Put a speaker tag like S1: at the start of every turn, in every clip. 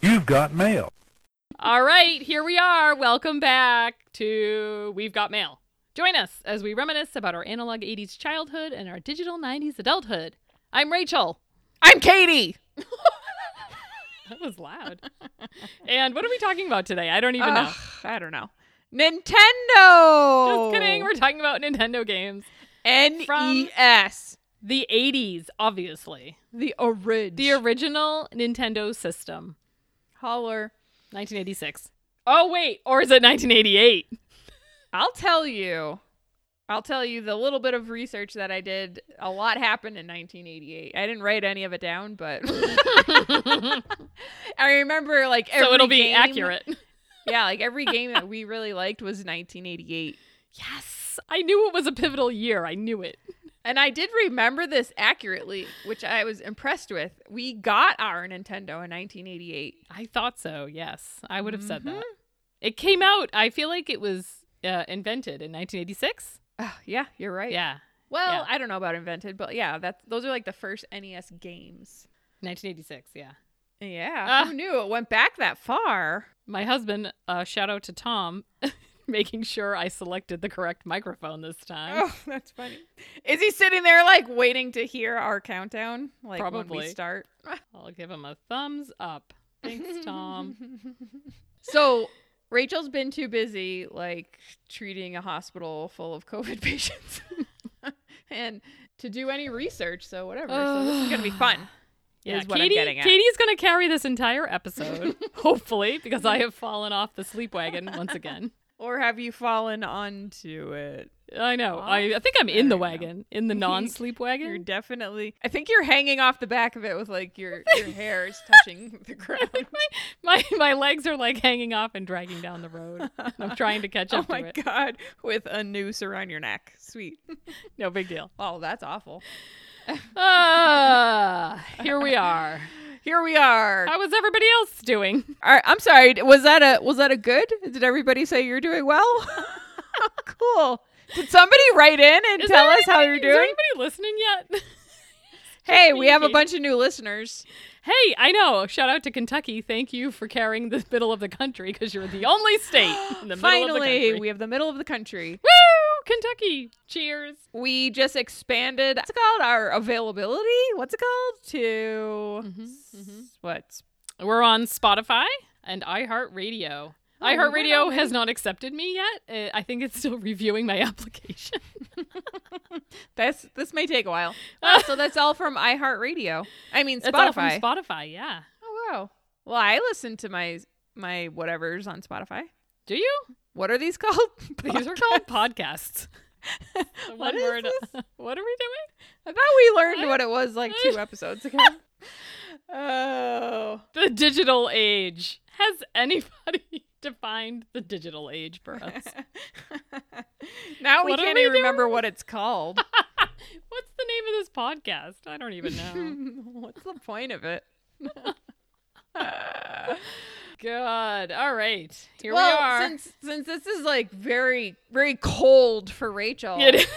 S1: You've got mail.
S2: All right, here we are. Welcome back to We've Got Mail. Join us as we reminisce about our analog 80s childhood and our digital 90s adulthood. I'm Rachel.
S3: I'm Katie.
S2: That was loud. and what are we talking about today? I don't even know.
S3: Ugh, I don't know. Nintendo. Oh. E
S2: Just kidding. We're talking about Nintendo games.
S3: NES.
S2: The 80s, obviously.
S3: The orig.
S2: The original Nintendo system,
S3: holler.
S2: 1986. Oh, wait. Or is it 1988?
S3: I'll tell you. I'll tell you the little bit of research that I did. A lot happened in 1988. I didn't write any of it down, but I remember like every
S2: so it'll be
S3: game-
S2: accurate.
S3: Yeah, like every game that we really liked was 1988.
S2: Yes. I knew it was a pivotal year. I knew it.
S3: And I did remember this accurately, which I was impressed with. We got our Nintendo in 1988.
S2: I thought so. Yes, I would have said
S3: Mhm.
S2: that. It came out. I feel like it was uh, invented in 1986.
S3: Oh, yeah, you're right.
S2: Yeah,
S3: Well,
S2: Yeah.
S3: I don't know about invented, but yeah, that those are like the first NES games.
S2: 1986. Yeah.
S3: Yeah.
S2: Ah.
S3: who knew it went back that far?
S2: My husband. Uh, shout out to Tom, making sure I selected the correct microphone this time.
S3: Oh, that's funny. Is he sitting there like waiting to hear our countdown? Like when
S2: Probably.
S3: we start.
S2: I'll give him a thumbs up. Thanks, Tom.
S3: so Rachel's been too busy like treating a hospital full of COVID patients and to do any research, so whatever. so this is gonna be fun.
S2: Yeah,
S3: Is what I'm
S2: Katie,
S3: getting at.
S2: Katie's gonna carry this entire episode, hopefully, because I have fallen off the sleep wagon once again.
S3: Or have you fallen onto it?
S2: I know.
S3: Off?
S2: I, I think I'm in the
S3: don't know.
S2: wagon, in the non-sleep wagon.
S3: You're definitely. I think you're hanging off the back of it with like your your hair is touching the ground.
S2: my my legs are like hanging off and dragging down the road. And I'm trying to catch
S3: oh
S2: up
S3: my
S2: to it.
S3: god, with a noose around your neck. Sweet.
S2: No big deal.
S3: Oh, that's awful.
S2: Ah, here we are.
S3: Here we are.
S2: How was everybody else doing?
S3: All right, I'm sorry. Was that a was that a good? Did everybody say you're doing well? cool. Did somebody write in and
S2: Is
S3: tell
S2: there
S3: us how you're
S2: anybody- Is there
S3: doing?
S2: anybody listening yet?
S3: Hey, we have a
S2: communicating?
S3: bunch of new listeners.
S2: hey, I know. Shout out to Kentucky. Thank you for carrying the middle of the country because you're the only state in the middle of the
S3: Finally,
S2: country.
S3: we have the middle of the country.
S2: Woo! Kentucky. Cheers.
S3: We just expanded. What's it called? Our availability. What's it called? To
S2: Mhm,
S3: s-
S2: mhm.
S3: what?
S2: We're on Spotify and iHeartRadio.
S3: Oh, we weren't
S2: iHeartRadio
S3: already-
S2: has not accepted me yet. Uh, I think it's still reviewing my application.
S3: That's this may take a while. Wow, so that's all from iHeartRadio. I mean
S2: It's all from
S3: Spotify.
S2: Spotify, yeah.
S3: oh wow. Well, I listen to my my whatever's on Spotify.
S2: Do you?
S3: What are these called?
S2: These are called podcasts. The
S3: What
S2: one
S3: is
S2: word-
S3: this?
S2: what are we doing?
S3: I thought we learned
S2: I-
S3: what it was like
S2: I-
S3: two episodes ago. oh.
S2: The digital age. Has anybody defined the digital age for us?
S3: now we
S2: What are
S3: can't
S2: we
S3: even remember what it's called.
S2: What's the name of this podcast? I don't even know.
S3: What's the point of it?
S2: God. All right. Here
S3: well,
S2: we are.
S3: since since this is like very very cold for Rachel.
S2: It is-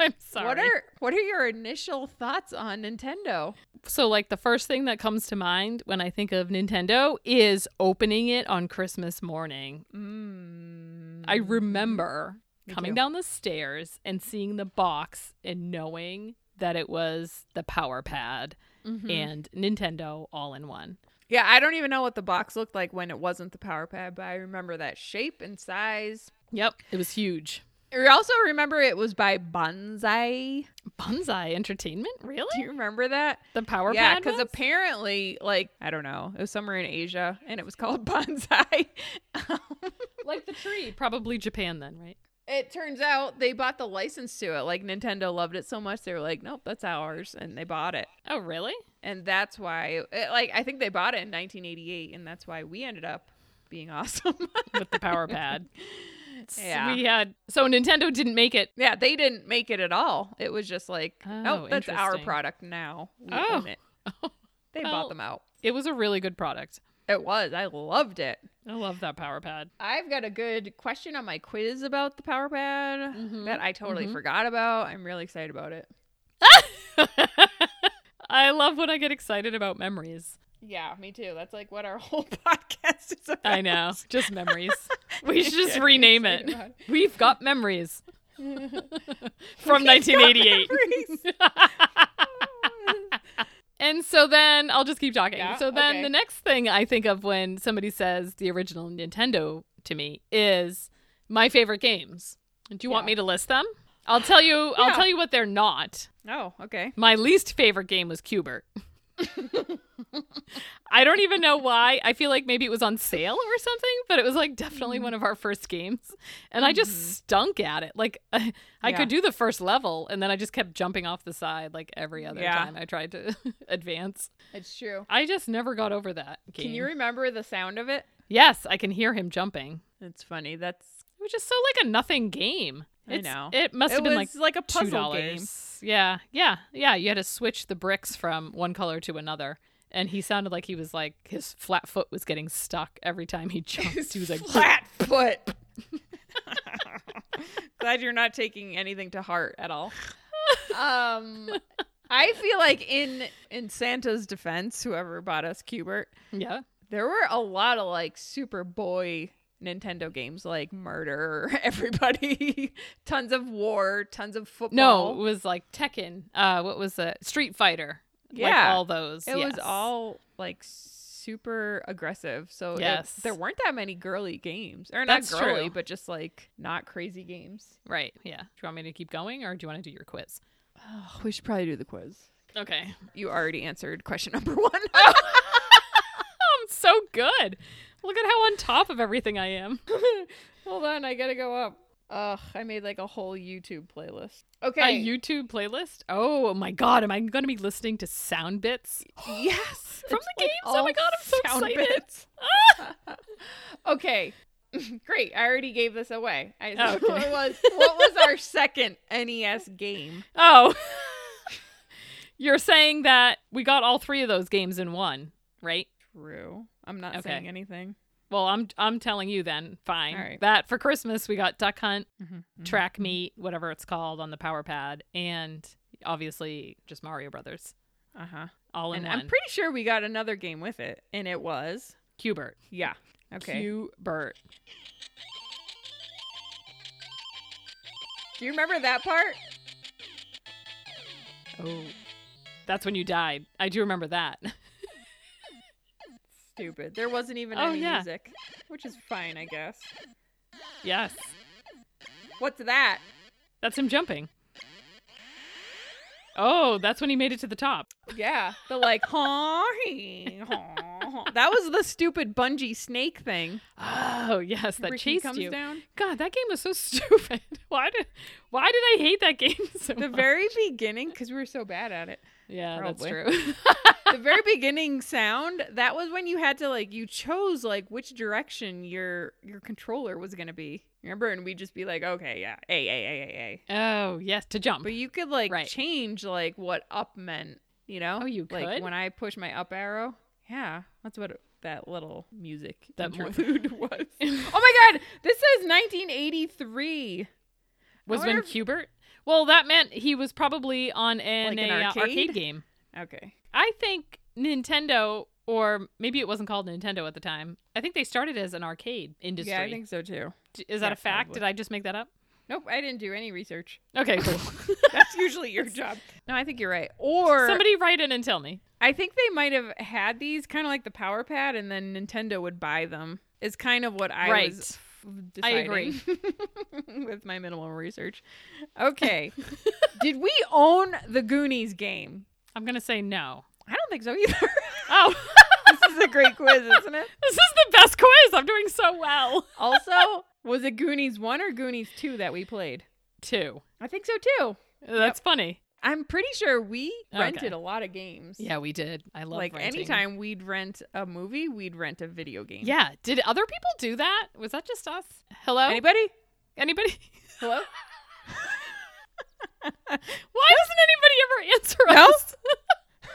S2: I'm sorry.
S3: What are what are your initial thoughts on Nintendo?
S2: so like the first thing that comes to mind when I think of Nintendo is opening it on Christmas morning.
S3: Mm.
S2: I remember
S3: Me
S2: coming
S3: too.
S2: down the stairs and seeing the box and knowing that it was the power pad
S3: Mhm.
S2: and Nintendo all in one.
S3: Yeah, I don't even know what the box looked like when it wasn't the power pad, but I remember that shape and size.
S2: Yep. It was huge.
S3: I also remember it was by Banzai.
S2: Bonsai Entertainment?
S3: Do
S2: Really?
S3: you remember that?
S2: The power
S3: yeah,
S2: pad?
S3: because
S2: was?
S3: apparently, like I don't know, it was somewhere in Asia, and it was called Banzai.
S2: like the tree. Probably Japan then, right?
S3: it turns out they bought the license to it. Like Nintendo loved it so much, they were like, "Nope, that's ours," and they bought it.
S2: Oh, really?
S3: And that's why, it, like, I think they bought it in 1988, and that's why we ended up being awesome.
S2: With the power pad. S-
S3: Yeah.
S2: We had so Nintendo didn't make it.
S3: Yeah, they didn't make it at all. It was just like,
S2: Oh,
S3: oh, that's our
S2: interesting.
S3: product now. We
S2: Oh.
S3: own it. They
S2: Well-
S3: bought them out.
S2: It was a really good product.
S3: It was. I loved it.
S2: I love that power pad.
S3: I've got a good question on my quiz about the power pad
S2: Mhm,
S3: Mm-hmm. that I totally
S2: mhm.
S3: forgot about. I'm really excited about it.
S2: I love when I get excited about memories.
S3: Yeah, me too. That's like what our whole podcast is about.
S2: I know. Just memories. We should just rename it. We've got memories from 1988. And so then I'll just keep talking.
S3: Yeah,
S2: so then
S3: okay.
S2: the next thing I think of when somebody says the original Nintendo to me is my favorite games. Do you want
S3: Yeah.
S2: me to list them? I'll tell you I'll
S3: Yeah.
S2: tell you what they're not.
S3: oh, okay.
S2: My least favorite game was Cubert. I don't even know why. I feel like maybe it was on sale or something, but it was like definitely one of our first games. And I
S3: Mhm.
S2: just stunk at it. Like I, I could do the first level and then I just kept jumping off the side like every other
S3: Yeah.
S2: time I tried to advance.
S3: It's true.
S2: I just never got over that game.
S3: Can you remember the sound of it?
S2: yes, I can hear him jumping.
S3: It's funny. That's
S2: It was just so like a nothing game.
S3: I
S2: It's-
S3: know.
S2: It must have
S3: it
S2: been like
S3: was like, a
S2: two
S3: puzzle game.
S2: dollars. Yeah, yeah, yeah. You had to switch the bricks from one color to another, and he sounded like he was like his flat foot was getting stuck every time he jumped. he was like,
S3: flat foot. Glad you're not taking anything to heart at all. Um, I feel like in in Santa's defense, whoever bought us Cubert,
S2: yeah,
S3: there were a lot of like super boy Nintendo games like Murder Everybody, tons of war, tons of
S2: no,
S3: football.
S2: it was like Tekken. Uh, what was it? Street Fighter. like
S3: Yeah.
S2: all those.
S3: it
S2: yes.
S3: was all like super aggressive. So it-
S2: Yes.
S3: there weren't that many girly games, or
S2: That's
S3: not girly,
S2: true.
S3: but just like not crazy games.
S2: right. Yeah. Do you want me to keep going, or do you want to do your quiz?
S3: Oh, we should probably do the quiz.
S2: Okay.
S3: You already answered question number one.
S2: I'm so good. Look at how on top of everything I am.
S3: Hold on, I gotta go up. Ugh, I made like a whole YouTube playlist. Okay.
S2: A YouTube playlist. Oh my god, am I going to be listening to sound bits?
S3: yes.
S2: From
S3: it's,
S2: the games? Oh my
S3: all
S2: God, I'm so
S3: sound
S2: excited.
S3: bits. okay. Great. I already gave this away. I,
S2: Oh, okay.
S3: what, was, what was our second NES game?
S2: Oh. You're saying that we got all three of those games in one, right?
S3: True. I'm not
S2: Okay.
S3: saying anything.
S2: Well, I'm I'm telling you then. Fine.
S3: All right.
S2: That for Christmas we got Duck Hunt,
S3: Mm-hmm.
S2: Track Meet, whatever it's called on the Power Pad, and obviously just Mario Brothers
S3: Uh huh.
S2: all in
S3: And
S2: one.
S3: I'm pretty sure we got another game with it, and it was
S2: Cubert.
S3: yeah. Okay.
S2: Cubert.
S3: Do you remember that part?
S2: Oh. That's when you died. I do remember that.
S3: Stupid. There wasn't even
S2: Oh,
S3: any
S2: yeah.
S3: music, which is fine, I guess.
S2: yes.
S3: What's that?
S2: That's him jumping. Oh, that's when he made it to the top.
S3: Yeah, the like, haw, hee, haw, haw. that was the stupid bungee snake thing
S2: Oh, yes, that
S3: Ricky
S2: chased
S3: comes
S2: you.
S3: down.
S2: God, that game was so stupid. Why did why did I hate that game so
S3: The
S2: much?
S3: very beginning, because we were so bad at it.
S2: yeah,
S3: Probably.
S2: that's true.
S3: The very beginning sound. That was when you had to like you chose like which direction your your controller was gonna be. Remember? And we'd just be like, okay, yeah, a a a a a.
S2: oh yes, to jump.
S3: But you could like
S2: Right.
S3: change like what up meant, you know?
S2: Oh, you could?
S3: Like when I push my up arrow. Yeah, that's what that little music
S2: That mo-
S3: interlude was. oh my god, this says 1983.
S2: was
S3: I
S2: when
S3: wonder if-
S2: Cubert. Well, that meant he was probably on an,
S3: Like an
S2: a, uh,
S3: arcade?
S2: game.
S3: Okay.
S2: I think Nintendo, or maybe it wasn't called Nintendo at the time. I think they started as an arcade industry.
S3: Yeah, I think so too.
S2: D- Is that
S3: yeah,
S2: a fact?
S3: probably.
S2: Did I just make that up?
S3: Nope, I didn't do any research.
S2: Okay, cool.
S3: That's usually your job. No, I think you're right. Or
S2: Somebody write in and tell me.
S3: I think they might have had these kind of like the power pad and then Nintendo would buy them. Is kind of what I
S2: Right.
S3: was
S2: I
S3: deciding
S2: agree.
S3: with my minimal research. Okay. Did we own the Goonies game?
S2: I'm gonna say no.
S3: I don't think so either.
S2: Oh,
S3: this is a great quiz, isn't it?
S2: this is the best quiz. I'm doing so well.
S3: Also, was it Goonies 1 or Goonies 2 that we played?
S2: Two.
S3: I think so too.
S2: That's funny.
S3: I'm pretty sure we
S2: Okay.
S3: rented a lot of games.
S2: Yeah, we did. I love
S3: Like
S2: renting.
S3: anytime we'd rent a movie, we'd rent a video game.
S2: Yeah. Did other people do that? Was that just us? Hello?
S3: Anybody?
S2: Anybody?
S3: Hello?
S2: Why doesn't anybody ever answer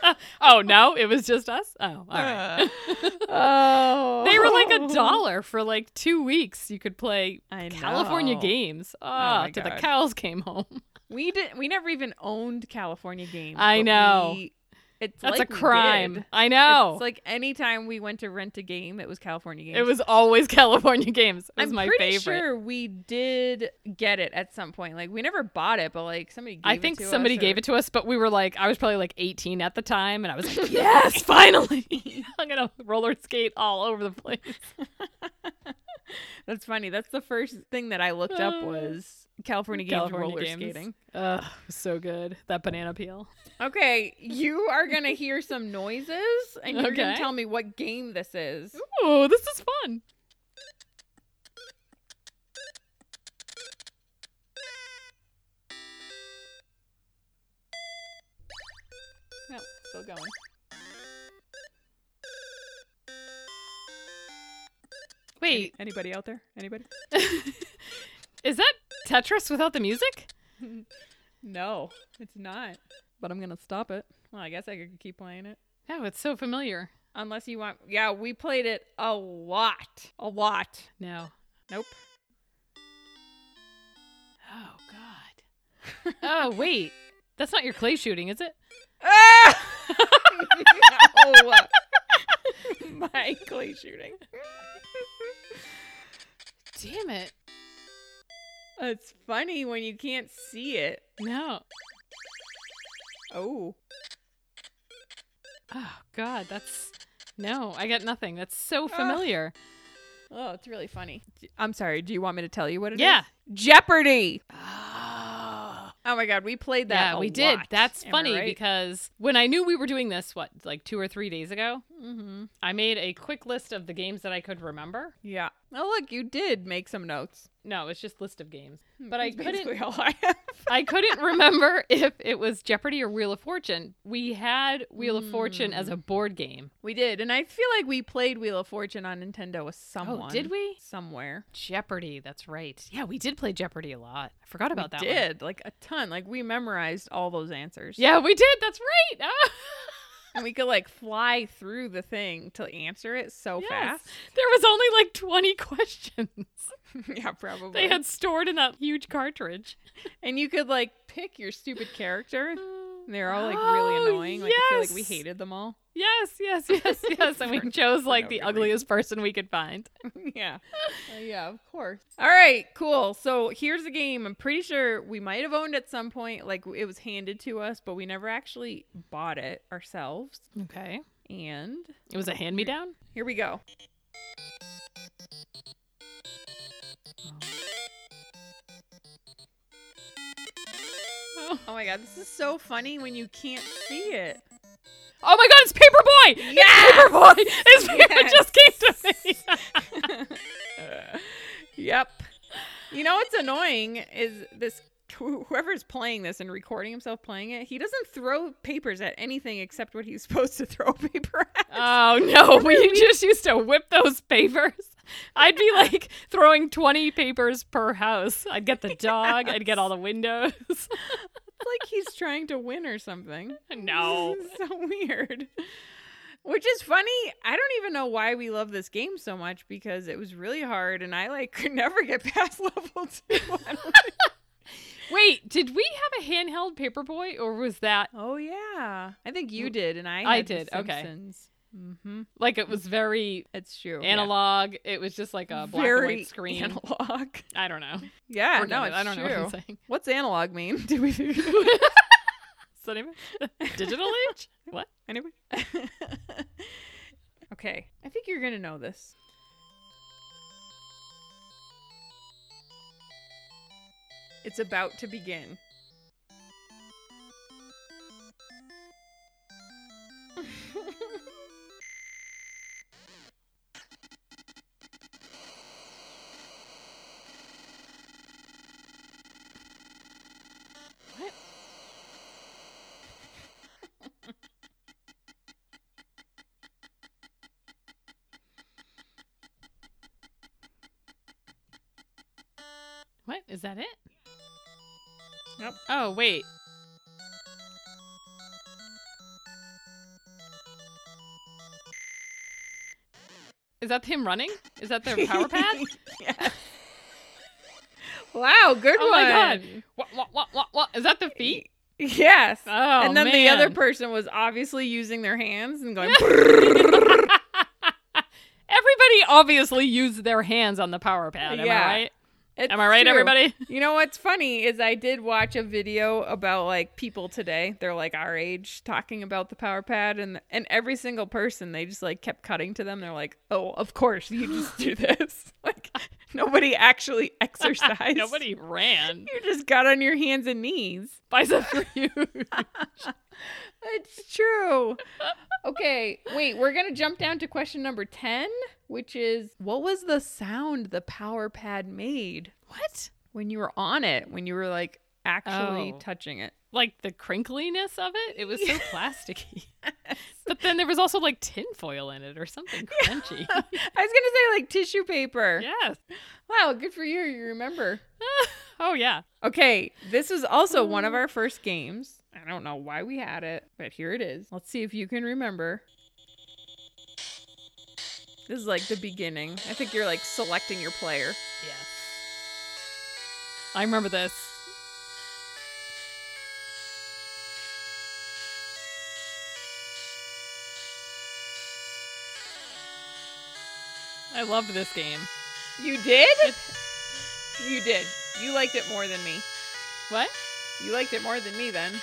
S2: us? oh, no. It was just us? Oh, all right.
S3: Uh. oh.
S2: They were like a dollar for like two weeks. You could play
S3: I
S2: California
S3: know.
S2: games. Oh,
S3: my
S2: till the
S3: God.
S2: cows came home.
S3: We did. We never even owned California games.
S2: I
S3: but
S2: know.
S3: We It's
S2: That's
S3: like
S2: a
S3: we
S2: crime.
S3: did.
S2: I know.
S3: It's like anytime we went to rent a game, it was California games.
S2: it was always California games. It was
S3: I'm
S2: my
S3: pretty
S2: favorite.
S3: sure we did get it at some point. Like we never bought it, but like somebody. Gave
S2: I
S3: it
S2: think
S3: to
S2: somebody
S3: us
S2: gave
S3: or-
S2: it to us, but we were like, I was probably like 18 at the time, and I was like, yes, finally. I'm going to roller skate all over the place.
S3: That's funny. That's the first thing that I looked up
S2: Uh,
S3: was California games
S2: California
S3: roller
S2: games.
S3: skating.
S2: Ugh, so good. That banana peel.
S3: Okay, you are gonna hear some noises, and you're gonna
S2: Okay.
S3: tell me what game this is.
S2: Oh, this is fun.
S3: No, still going.
S2: Wait,
S3: anybody out there? Anybody?
S2: is that Tetris without the music?
S3: No, it's not. But I'm gonna stop it. Well, I guess I could keep playing it.
S2: Oh, it's so familiar.
S3: Unless you want, yeah, we played it a lot, a lot.
S2: No.
S3: Nope.
S2: Oh, God. oh, wait. That's not your clay shooting, is it?
S3: Ah! no. My clay shooting.
S2: Damn it.
S3: It's funny when you can't see it.
S2: No.
S3: Oh.
S2: Oh, God. That's. No, I got nothing. That's so familiar.
S3: Oh, it's really funny. D- I'm sorry. Do you want me to tell you what it is?
S2: yeah.
S3: Jeopardy.
S2: Oh.
S3: Oh my god, we played that.
S2: Yeah,
S3: a
S2: we did.
S3: lot.
S2: That's
S3: Am I
S2: funny
S3: right?
S2: because when I knew we were doing this, what, like two or three days ago,
S3: Mhm.
S2: I made a quick list of the games that I could remember.
S3: Yeah. Oh look, you did make some notes.
S2: No, it's just list of games. But I
S3: That's
S2: couldn't-
S3: basically all I have.
S2: I couldn't remember if it was Jeopardy or Wheel of Fortune. We had Wheel of Fortune as a board game.
S3: We did, and I feel like we played Wheel of Fortune on Nintendo with
S2: Oh,
S3: someone.
S2: did we?
S3: Somewhere.
S2: Jeopardy, that's right. Yeah, we did play Jeopardy a lot. I forgot about that
S3: we
S2: one.
S3: did like a ton. Like we memorized all those answers.
S2: Yeah, we did. That's right. Ah,
S3: and we could like fly through the thing to answer it so
S2: yes.
S3: fast.
S2: There was only like 20 questions
S3: yeah, probably.
S2: they had stored in that huge cartridge.
S3: and you could like pick your stupid character. And
S2: They're
S3: They're all like really
S2: Oh,
S3: annoying. Like I feel like we hated them all.
S2: Yes, yes, yes, yes. And we
S3: For-
S2: chose
S3: for
S2: like
S3: no
S2: the
S3: good
S2: ugliest person we could find.
S3: yeah. Uh, yeah, of course. All right, cool. So here's the game. I'm pretty sure we might have owned at some point. Like it was handed to us, but we never actually bought it ourselves.
S2: Okay.
S3: And
S2: It was a hand me down.
S3: here we go.
S2: Oh.
S3: Oh my god, this is so funny when you can't see it.
S2: Oh my god, it's Paperboy!
S3: Yes!
S2: Paperboy! His paper
S3: Yes!
S2: just came to me.
S3: yep. You know what's annoying is this wh- whoever's playing this and recording himself playing it, he doesn't throw papers at anything except what he's supposed to throw paper at.
S2: oh no, we just used to whip those papers. I'd be like throwing 20 papers per house. I'd get the dog, I'd get all the windows.
S3: It's like he's trying to win or something.
S2: No.
S3: This is so weird. Which is funny. I don't even know why we love this game so much because it was really hard and I like could never get past level 2. I don't-
S2: Wait, did we have a handheld Paperboy or was that
S3: oh yeah. I think you did and I
S2: Mm. I
S3: had
S2: did,
S3: The
S2: okay.
S3: Mhm.
S2: like it was very
S3: It's true. yeah.
S2: analog? It was just like a black
S3: Very
S2: and white screen.
S3: analog.
S2: I don't know.
S3: Yeah,
S2: Or
S3: no,
S2: none
S3: it's
S2: of- I don't
S3: true.
S2: know what I'm saying.
S3: What's analog mean? Did we figure that out?
S2: Is that even- Digital age? What?
S3: anyway? okay, I think you're gonna know this. It's about to begin.
S2: What? Is that it?
S3: Yep.
S2: Oh, wait. Is that him running? Is that the power pad?
S3: Yes. Wow, good
S2: oh
S3: one.
S2: my god. What, what, what, what, what? Oh Is that the feet?
S3: Yes.
S2: Oh,
S3: and then the other
S2: man.
S3: person was obviously using their hands and going.
S2: Everybody obviously used their hands on the power pad. Am
S3: Yeah.
S2: I right?
S3: It's
S2: Am I right,
S3: true.
S2: everybody?
S3: You know what's funny is I did watch a video about like people today. They're like our age talking about the power pad and and every single person they just like kept cutting to them. They're like, "Oh, of course you just do this." like nobody actually exercised.
S2: Nobody ran.
S3: You just got on your hands and knees.
S2: Bicep for you.
S3: It's true. okay, wait, we're going to jump down to question number 10, which is what was the sound the power pad made? What? When you were on it, when you were like actually
S2: Oh.
S3: touching it.
S2: like the crinkliness of it. It was so plasticky. But then there was also like tinfoil in it or something crunchy.
S3: I was going to say like tissue paper.
S2: yes.
S3: Wow, good for you. You remember.
S2: Oh yeah.
S3: Okay, this was also one of our first games. I don't know why we had it, but here it is. Let's see if you can remember. This is like the beginning. I think you're like selecting your player.
S2: Yes. I remember this. I loved this game.
S3: You did? You did. You liked it more than me.
S2: What?
S3: You liked it more than me then.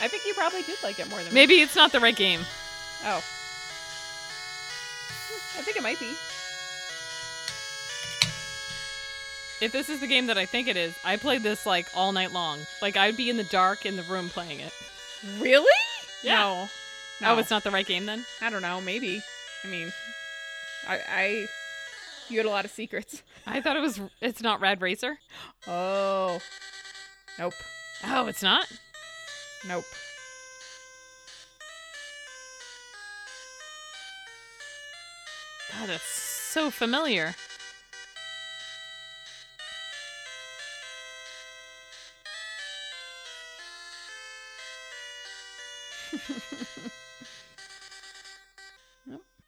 S3: I think you probably did like it more than me.
S2: Maybe it's not the right game.
S3: Oh. I think it might be.
S2: If this is the game that I think it is, I played this like all night long. Like I'd be in the dark in the room playing it.
S3: Really?
S2: Yeah.
S3: No. No.
S2: Oh, it's not the right game then?
S3: I don't know. Maybe. I mean, I, I. You had a lot of secrets.
S2: I thought it was. It's not Rad Racer.
S3: Oh. Nope.
S2: Oh, it's not.
S3: Nope.
S2: God, that's so familiar.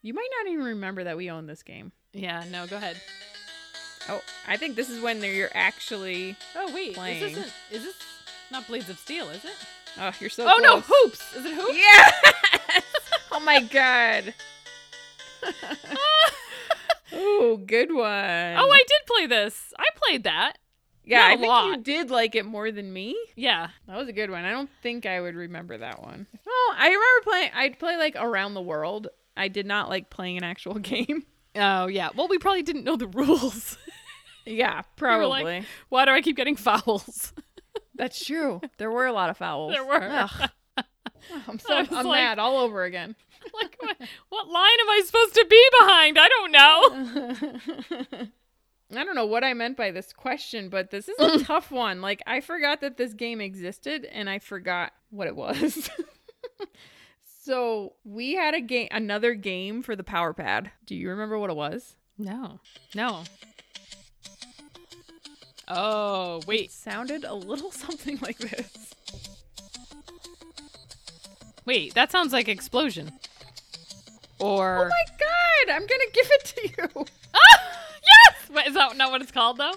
S3: You might not even remember that we own this game.
S2: Yeah. No. Go ahead.
S3: Oh, I think this is when they're- you're actually.
S2: Oh wait.
S3: Playing.
S2: This isn't. Is this not Blades of Steel? Is it?
S3: Oh, you're so.
S2: oh no,
S3: close.
S2: hoops. Is it hoops?
S3: Yeah. oh my god. Ooh, good one.
S2: Oh, I did play this. I played that.
S3: yeah.
S2: not
S3: I
S2: a
S3: think you
S2: lot.
S3: did like it more than me.
S2: Yeah.
S3: That was a good one. I don't think I would remember that one. Oh, I remember playing. I'd play like around the world. I did not like playing an actual game.
S2: Oh yeah. Well, we probably didn't know the rules.
S3: Yeah,
S2: were
S3: probably.
S2: like- Why do I keep getting fouls?
S3: That's true. There were a lot of fouls.
S2: There were.
S3: Ugh. I'm so
S2: I
S3: I'm
S2: was like-
S3: mad all over again.
S2: like what, what line am I supposed to be behind? I don't know.
S3: I don't know what I meant by this question, but this is a tough one. Like, I forgot that this game existed and I forgot what it was. so, we had a game, another game for the Power Pad. Do you remember what it was?
S2: No. No. Oh wait.
S3: It sounded a little something like this.
S2: Wait, that sounds like explosion.
S3: Oh
S2: Or Ah,
S3: my god, I'm gonna give it to you.
S2: yes, Wait, is that not what it's called though?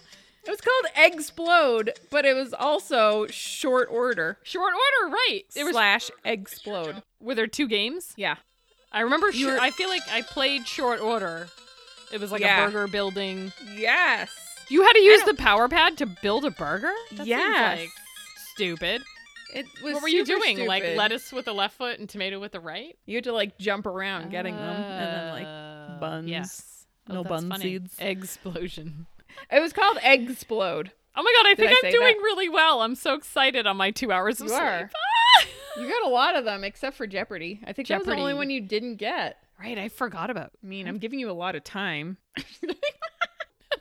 S3: It was called Explode, but it was also Short Order
S2: Short order, right? It was.
S3: slash Explode.
S2: Were there two games?
S3: Yeah.
S2: I remember.
S3: You
S2: shor-
S3: were-
S2: I feel like I played short order. It was like
S3: Yeah.
S2: a burger building.
S3: Yes.
S2: You had to use the
S3: don't-
S2: power pad to build a burger. That seems,
S3: Yes.
S2: like, stupid.
S3: It was
S2: what were you
S3: super
S2: doing? Like
S3: stupid.
S2: lettuce with the left foot and tomato with the right?
S3: You had to like jump around getting them and then like
S2: Uh,
S3: buns.
S2: Yes. Oh,
S3: No
S2: that's
S3: bun
S2: funny.
S3: seeds.
S2: Explosion.
S3: It was called Eggsplode.
S2: Oh my god, I
S3: Did
S2: think
S3: I
S2: I
S3: say
S2: am
S3: that?
S2: doing really well. I'm so excited on my two hours of
S3: You
S2: sleep.
S3: are. You got a lot of them except for Jeopardy. I think that was the only
S2: Jeopardy.
S3: one you didn't get.
S2: Right, I forgot about.
S3: I mean, I'm giving you a lot of time.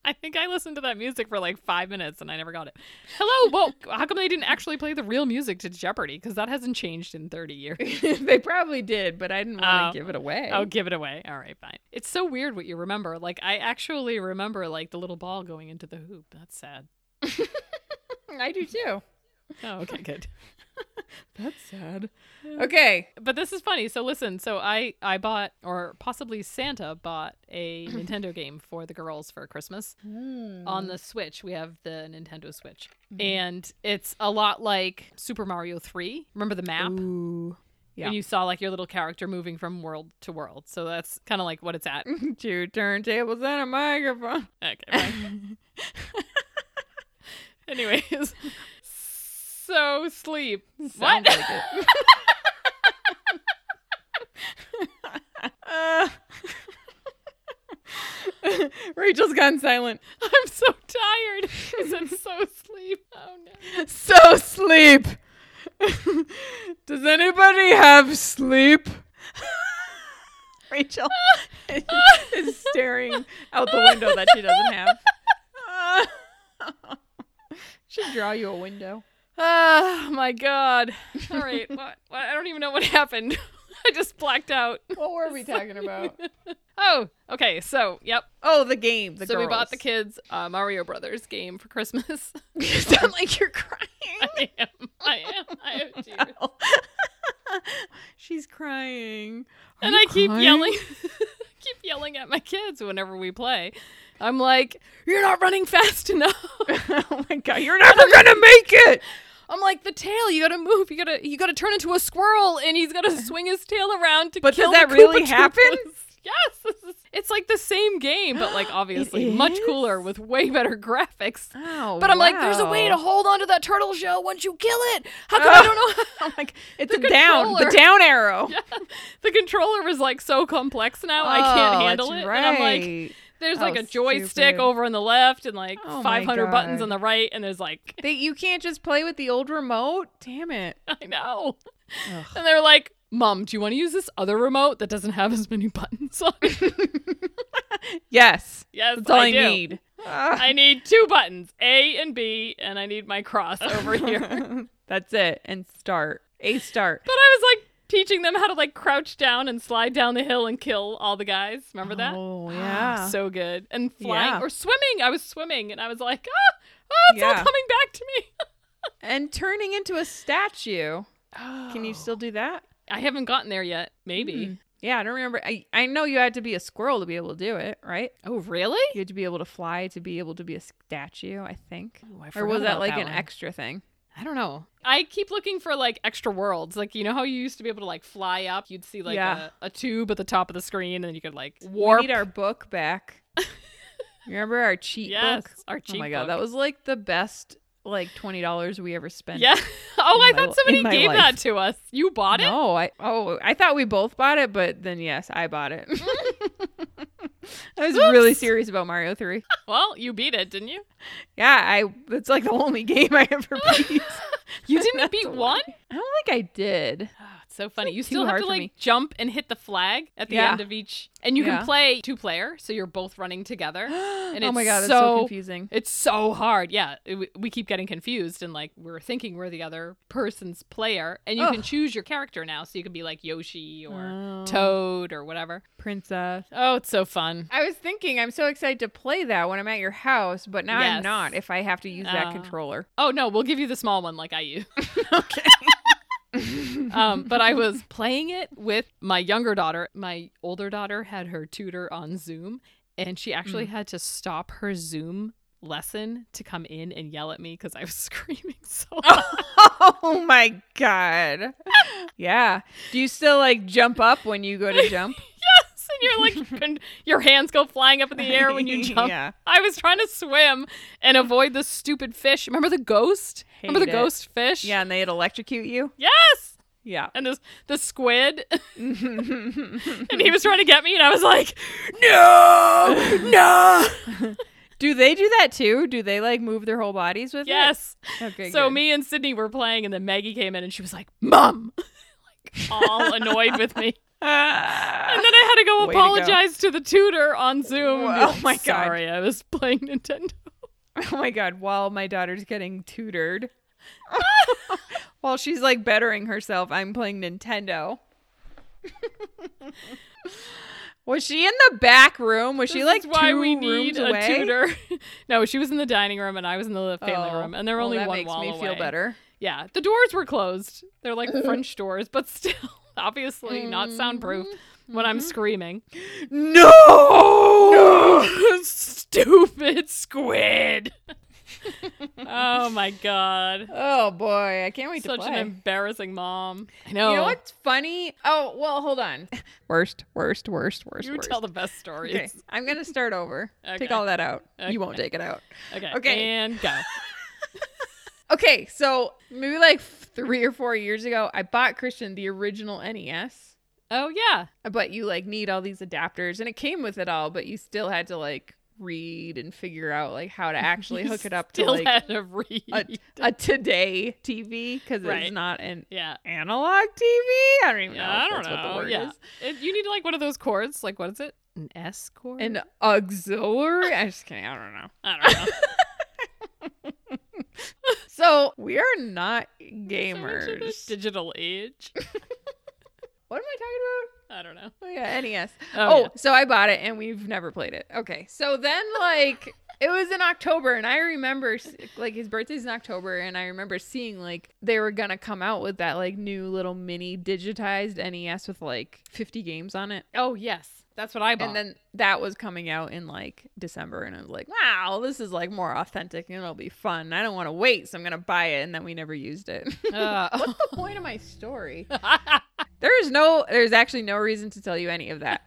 S2: I think I listened to that music for like five minutes and I never got it. Hello, well, how come they didn't actually play the real music to Jeopardy? Because that hasn't changed in 30 years.
S3: they probably did, but I didn't want
S2: Oh.
S3: to give it away.
S2: I'll give it away. All right, fine. It's so weird what you remember. Like, I actually remember like the little ball going into the hoop. That's sad.
S3: I do too.
S2: Oh, okay, good.
S3: That's sad. Okay.
S2: But this is funny. So listen, so I I bought or possibly Santa bought a Nintendo game for the girls for Christmas.
S3: Hmm.
S2: On
S3: Mm.
S2: the Switch, we have the Nintendo Switch.
S3: Mm-hmm.
S2: And it's a lot like Super Mario 3. Remember the map?
S3: Ooh. Yeah.
S2: And you saw like your little character moving from world to world. So that's kind of like what it's
S3: Mm.
S2: at.
S3: Two turntables and a microphone.
S2: Okay. Bye. Anyways, so sleep.
S3: Sounds
S2: what?
S3: like it. Uh, Rachel's gone silent.
S2: I'm so tired. I said so sleep. Oh no.
S3: So sleep. Does anybody have sleep? Rachel is staring out the window that she doesn't have. Should draw you a window.
S2: Oh my god. All right. What, what, I don't even know what happened. I just blacked out.
S3: What were we talking about?
S2: Oh, okay. So, yep.
S3: Oh, the game. The
S2: so we bought the
S3: girls.
S2: kids uh, Mario Brothers game for Christmas.
S3: You sound like you're crying.
S2: I am. I am. I am. tears.
S3: She's crying. Are
S2: and
S3: you
S2: I keep
S3: crying?
S2: yelling, keep yelling at my kids whenever we play. I'm like, "You're not running fast enough."
S3: oh my god, you're never gonna make it.
S2: I'm like, "The tail, you gotta move. You gotta, you gotta turn into a squirrel, and he's gotta swing his tail around to
S3: But does
S2: kill."
S3: that
S2: the
S3: really
S2: Koopa
S3: happen?
S2: Troopas." Yes, this is- it's like the same game, but like obviously much
S3: is?
S2: cooler with way better graphics.
S3: Oh,
S2: But I'm like, "There's a way to
S3: wow.
S2: hold onto that turtle shell once you kill it." How come I don't know?
S3: I'm like, it's
S2: The
S3: a down, the
S2: controller.
S3: down arrow.
S2: the controller was like so complex now, I can't
S3: Oh,
S2: handle
S3: that's
S2: it, and I'm like.
S3: right.
S2: There's
S3: How
S2: like a joystick
S3: stupid.
S2: over on the left and like
S3: Oh my
S2: 500 buttons
S3: God.
S2: on the right, and there's like,
S3: They, you can't just play with the old remote. Damn it.
S2: I know. And they're like, Mom, do you want to use this other remote that doesn't have as many buttons on it?
S3: Yes,
S2: yes,
S3: that's all I,
S2: do.
S3: need. Ah.
S2: I need two buttons, A and B, and I need my cross over here. but
S3: that's it. And start a start.
S2: I was like teaching them how to like crouch down and slide down the hill and kill all the guys. Remember that?
S3: Oh
S2: Ah,
S3: yeah.
S2: so good. And flying
S3: Yeah.
S2: or swimming. I was swimming and I was like, ah, ah it's all
S3: Yeah.
S2: coming back to me.
S3: and turning into a statue. Can you still Mm. do that?
S2: I haven't gotten there yet. Maybe.
S3: Yeah, I don't remember. I, I know you had to be a squirrel to be able to do it, right?
S2: Oh, really?
S3: You had to be able to fly to be able to be a statue, I think.
S2: Ooh, Oh, I
S3: or
S2: forgot
S3: was
S2: about
S3: that like
S2: that
S3: an
S2: one.
S3: extra thing?
S2: I don't know. I keep looking for like extra worlds. Like, you know how you used to be able to like fly up? You'd see like
S3: Yeah.
S2: a, a tube at the top of the screen and then you could like
S3: We
S2: warp.
S3: need our book back. remember our cheat
S2: yes,
S3: book?
S2: our cheat
S3: oh my god, that was like the best like twenty dollars we ever spent.
S2: Yeah. Oh, I
S3: my li-
S2: thought somebody
S3: in my
S2: gave
S3: life.
S2: that to us. You bought it?
S3: No, I oh I thought we both bought it, but then yes, I bought it. I was really
S2: Mm. Oops.
S3: serious about Mario Three.
S2: Well, you beat it, didn't you?
S3: Yeah, I it's like the only game I ever beat.
S2: You didn't
S3: That's
S2: beat
S3: why.
S2: one?
S3: I don't think I did.
S2: Oh, it's so funny. You
S3: too
S2: still have
S3: hard
S2: to
S3: for
S2: like
S3: me.
S2: jump and hit the flag at the
S3: Yeah.
S2: end of each. And you
S3: Yeah.
S2: can play two player, so you're both running together. And
S3: oh my
S2: it's
S3: god, that's
S2: so
S3: so confusing.
S2: It's so hard. Yeah, it, we keep getting confused and like we're thinking we're the other person's player, and you can
S3: Ugh.
S2: choose your character now, so you can be like Yoshi or Toad or whatever.
S3: Oh. princess.
S2: Oh, it's so fun.
S3: I was thinking, I'm so excited to play that when I'm at your house, but now
S2: Yes.
S3: I'm not if I have to use
S2: Oh.
S3: that controller.
S2: Oh no, we'll give you the small one like I use.
S3: Okay. Uh,
S2: Um, but I was playing it with my younger daughter. My older daughter had her tutor on Zoom, and she actually had to stop her Zoom lesson to come in and yell at me because I was screaming so. loud.
S3: oh my god. Yeah. Do you still like jump up when you go to jump?
S2: and you're like con- your hands go flying up in the air when you jump.
S3: Yeah.
S2: I was trying to swim and avoid the stupid fish. Remember the ghost? Remember the
S3: Hate it.
S2: ghost fish?
S3: Yeah, and they'd electrocute you?
S2: Yes.
S3: Yeah.
S2: And this the squid,
S3: no.
S2: and he was trying to get me, and I was like,
S3: Oh, No. do they do that too? Do they like move their whole bodies with
S2: "Yes."
S3: it? Okay.
S2: so
S3: good.
S2: me and Sydney were playing, and then Maggie came in, and she was like, "Mom," like all annoyed with me.
S3: Uh,
S2: And then I had to go
S3: Way to go.
S2: apologize to, the tutor on Zoom. and be
S3: Oh
S2: like,
S3: my God.
S2: Sorry, I was playing Nintendo.
S3: Oh my god, while my daughter's getting tutored. while she's like bettering herself, I'm playing Nintendo. was she in the back room? Was she
S2: This
S3: like
S2: is why
S3: two
S2: we
S3: rooms
S2: need
S3: away?
S2: a tutor. no, she was in the dining room and I was in the family
S3: Oh,
S2: room, and there were
S3: well,
S2: only
S3: that
S2: one
S3: makes
S2: wall
S3: me feel
S2: away.
S3: better.
S2: Yeah, the doors were closed. They're like French doors, but still, obviously not soundproof
S3: Mm-hmm.
S2: when I'm screaming.
S3: No!
S2: Stupid squid. oh my god.
S3: Oh boy, I can't wait
S2: Such
S3: to play.
S2: an embarrassing mom. I know.
S3: You know what's funny? Oh well, hold on. Worst, worst, worst, worst.
S2: You
S3: worst.
S2: tell the best stories.
S3: Okay, I'm gonna start over. Take
S2: Okay.
S3: all that out. You won't
S2: Okay.
S3: take it out.
S2: Okay.
S3: Okay.
S2: And go.
S3: Okay, so maybe like three or four years ago, I bought Christian the original E NES.
S2: Oh yeah.
S3: But you like need all these adapters, and it came with it all, but you still had to like read and figure out like how to actually
S2: You
S3: hook it up to
S2: still
S3: like
S2: had to read.
S3: a, a today TV because
S2: Right.
S3: it's not an
S2: yeah.
S3: analog TV. I don't even know.
S2: Yeah, I
S3: if
S2: don't
S3: that's What the
S2: know.
S3: word
S2: Yeah.
S3: is.
S2: It- you need like one of those chords. Like what is it? An S chord?
S3: An auxiliary. I'm just kidding. I don't know.
S2: I don't know.
S3: So we are not
S2: So much in this
S3: gamers.
S2: digital age.
S3: what am I
S2: I don't know.
S3: talking about? Oh yeah, NES.
S2: Oh,
S3: Oh, so I bought it and we've never played it. Okay. So then like it was in October and I remember s- like his birthday's in October and I remember seeing like they were going to come out with that like new little mini digitized NES with like 50 games on it.
S2: yeah. oh yes. That's what I bought.
S3: And then that was coming out in like December and I was like, "Wow, this is like more authentic and it'll be fun. I don't want to wait, so I'm going to buy it." And then we never used it.
S2: Uh,
S3: What's the point of my story? There is no there's actually no reason to tell you any of that.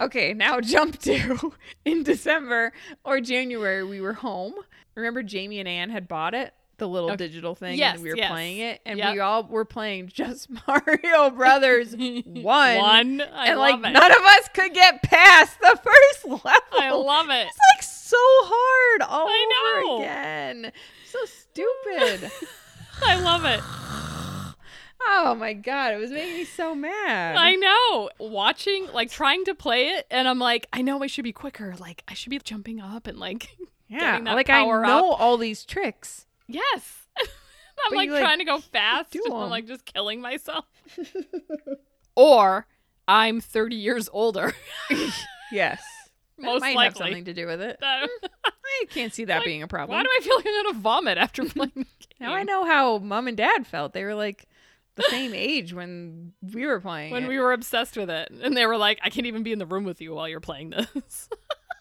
S3: Okay, now jump to in December or January we were home. Remember Jamie and Anne had bought it, the little
S2: Okay.
S3: digital thing
S2: Yes,
S3: and we were
S2: yes.
S3: playing it and
S2: Yep.
S3: we all were playing just Mario Brothers 1.
S2: One. I
S3: and like
S2: love it.
S3: none of us could get past the first level.
S2: I love it.
S3: it's like so hard all
S2: I know.
S3: over again. So stupid.
S2: I love it.
S3: oh my god, it was making me so mad.
S2: I know. Watching, like trying to play it, and I'm like, I know I should be quicker. Like I should be jumping up and like,
S3: Yeah,
S2: getting that
S3: like
S2: power
S3: I
S2: up.
S3: know all these tricks.
S2: yes. I'm
S3: But
S2: like
S3: you, like,
S2: trying to go fast,
S3: do
S2: and I'm
S3: 'em.
S2: like just killing myself. or I'm 30 years older,
S3: Yes, That
S2: most
S3: might have
S2: likely.
S3: something to do with it.
S2: So,
S3: I can't see that
S2: Like,
S3: being a problem.
S2: why do I feel like I'm gonna vomit after playing? the
S3: now I
S2: game?
S3: know how mom and dad felt. They were like the same age when we were playing.
S2: when
S3: it.
S2: we were obsessed with it, and they were like, I can't even be in the room with you while you're playing this.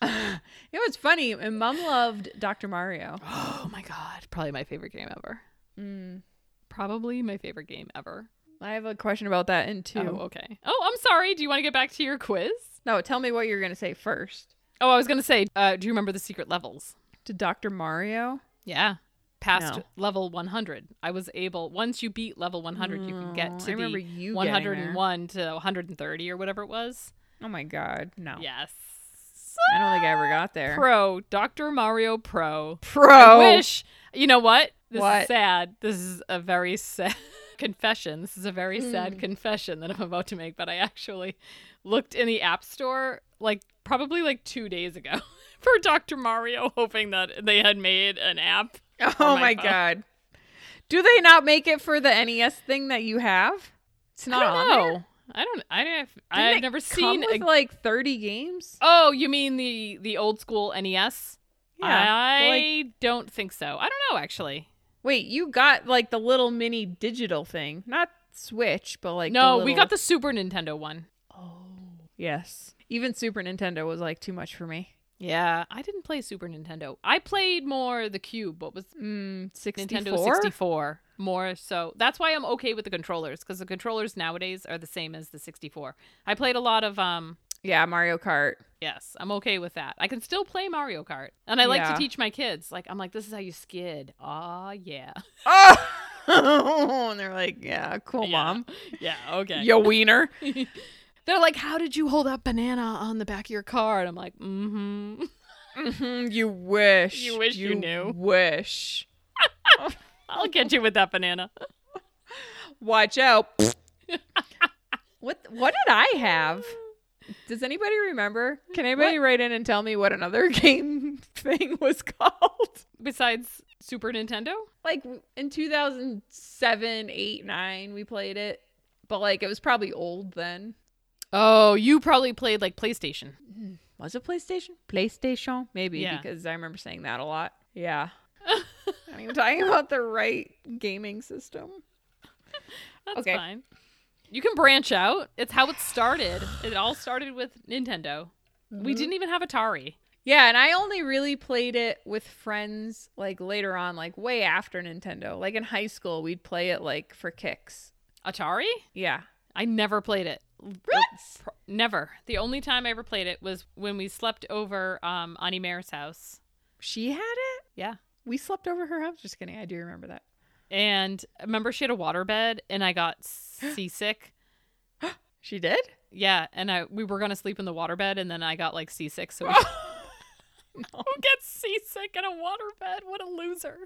S3: it was funny. And mom loved Dr. Mario.
S2: oh my god, probably my favorite game ever.
S3: Mm.
S2: Probably my favorite game ever.
S3: I have a question about that in two.
S2: Oh, okay. Oh, I'm sorry. Do you want to get back to your quiz?
S3: No, tell me what you're gonna say first
S2: Oh, I was going to say, uh, do you remember the secret levels?
S3: to Dr. Mario.
S2: Yeah. Past
S3: No.
S2: level 100. I was able, once you beat level 100, Mm, you can get
S3: No,
S2: to
S3: Mm, I remember
S2: the
S3: you getting
S2: 101 to 130 or whatever it was.
S3: Oh my god, no!
S2: Yes.
S3: I don't think I ever got there.
S2: Pro, Dr. Mario Pro.
S3: Pro.
S2: I wish, you know what? This is
S3: Oh. What?
S2: sad. This is a very sad confession. This is a very
S3: Hmm.
S2: sad confession that I'm about to make, but I actually looked in the App Store like probably like two days ago for Dr. Mario, hoping that they had made an app.
S3: Oh
S2: my
S3: my,
S2: phone.
S3: god. Do they not make it for the NES thing that you have? It's
S2: I
S3: not
S2: don't
S3: on there.
S2: know. I don't. I don't.
S3: Didn't
S2: I've
S3: it
S2: never
S3: Come
S2: seen.
S3: with
S2: A,
S3: like 30 games?
S2: oh, you mean the the old school NES? I
S3: Like,
S2: don't think so. I don't know actually.
S3: wait, you got like the little mini digital thing. Not Switch, but like
S2: no, we got the Super Nintendo one.
S3: Oh. Yes. Even Super Nintendo was like too much for me.
S2: Yeah, I didn't play Super Nintendo. I played more the Cube. What was
S3: Mm, 64?
S2: Nintendo 64 more so. That's why I'm okay with the controllers because the controllers nowadays are the same as the 64. I played a lot of um
S3: Yeah, Mario Kart.
S2: yes, I'm okay with that. I can still play Mario Kart. And I like to
S3: Yeah.
S2: teach my kids. Like I'm like this is how you skid. Ah, yeah.
S3: Oh. and they're like, yeah, cool,
S2: Yeah.
S3: mom.
S2: Yeah, okay.
S3: Yo, wiener.
S2: They're like how did you hold that banana on the back of your car? And I'm like, "Mhm."
S3: hmm you wish.
S2: You wish you knew.
S3: Wish.
S2: I'll get you with that banana.
S3: Watch out. what what did I have? Does anybody remember? Can anybody write in and tell me what another game thing was called?
S2: Besides Super Nintendo?
S3: Like in 2007, 8, 9 we played it, but like it was probably old then.
S2: Oh, you probably played like PlayStation.
S3: Was it PlayStation? PlayStation, maybe
S2: Yeah.
S3: because I remember saying that a lot. Yeah. I mean, we're talking about the right gaming system.
S2: That's
S3: Okay.
S2: fine. You can branch out. It's how it started. It all started with Nintendo.
S3: Mm-hmm.
S2: We didn't even have Atari.
S3: Yeah, and I only really played it with friends like later on, like way after Nintendo. Like in high school, we'd play it like for kicks.
S2: Atari?
S3: Yeah.
S2: I never played it.
S3: Really?
S2: Pr- Never. The only time I ever played it was when we slept over um, Ani Mare's house.
S3: She had it?
S2: Yeah.
S3: We slept over her house. Just kidding. I do remember that.
S2: And I remember she had a waterbed and I got seasick.
S3: She did?
S2: Yeah, and I we were gonna sleep in the waterbed and then I got like seasick, so we
S3: no.
S2: Who gets seasick in a waterbed? What a loser.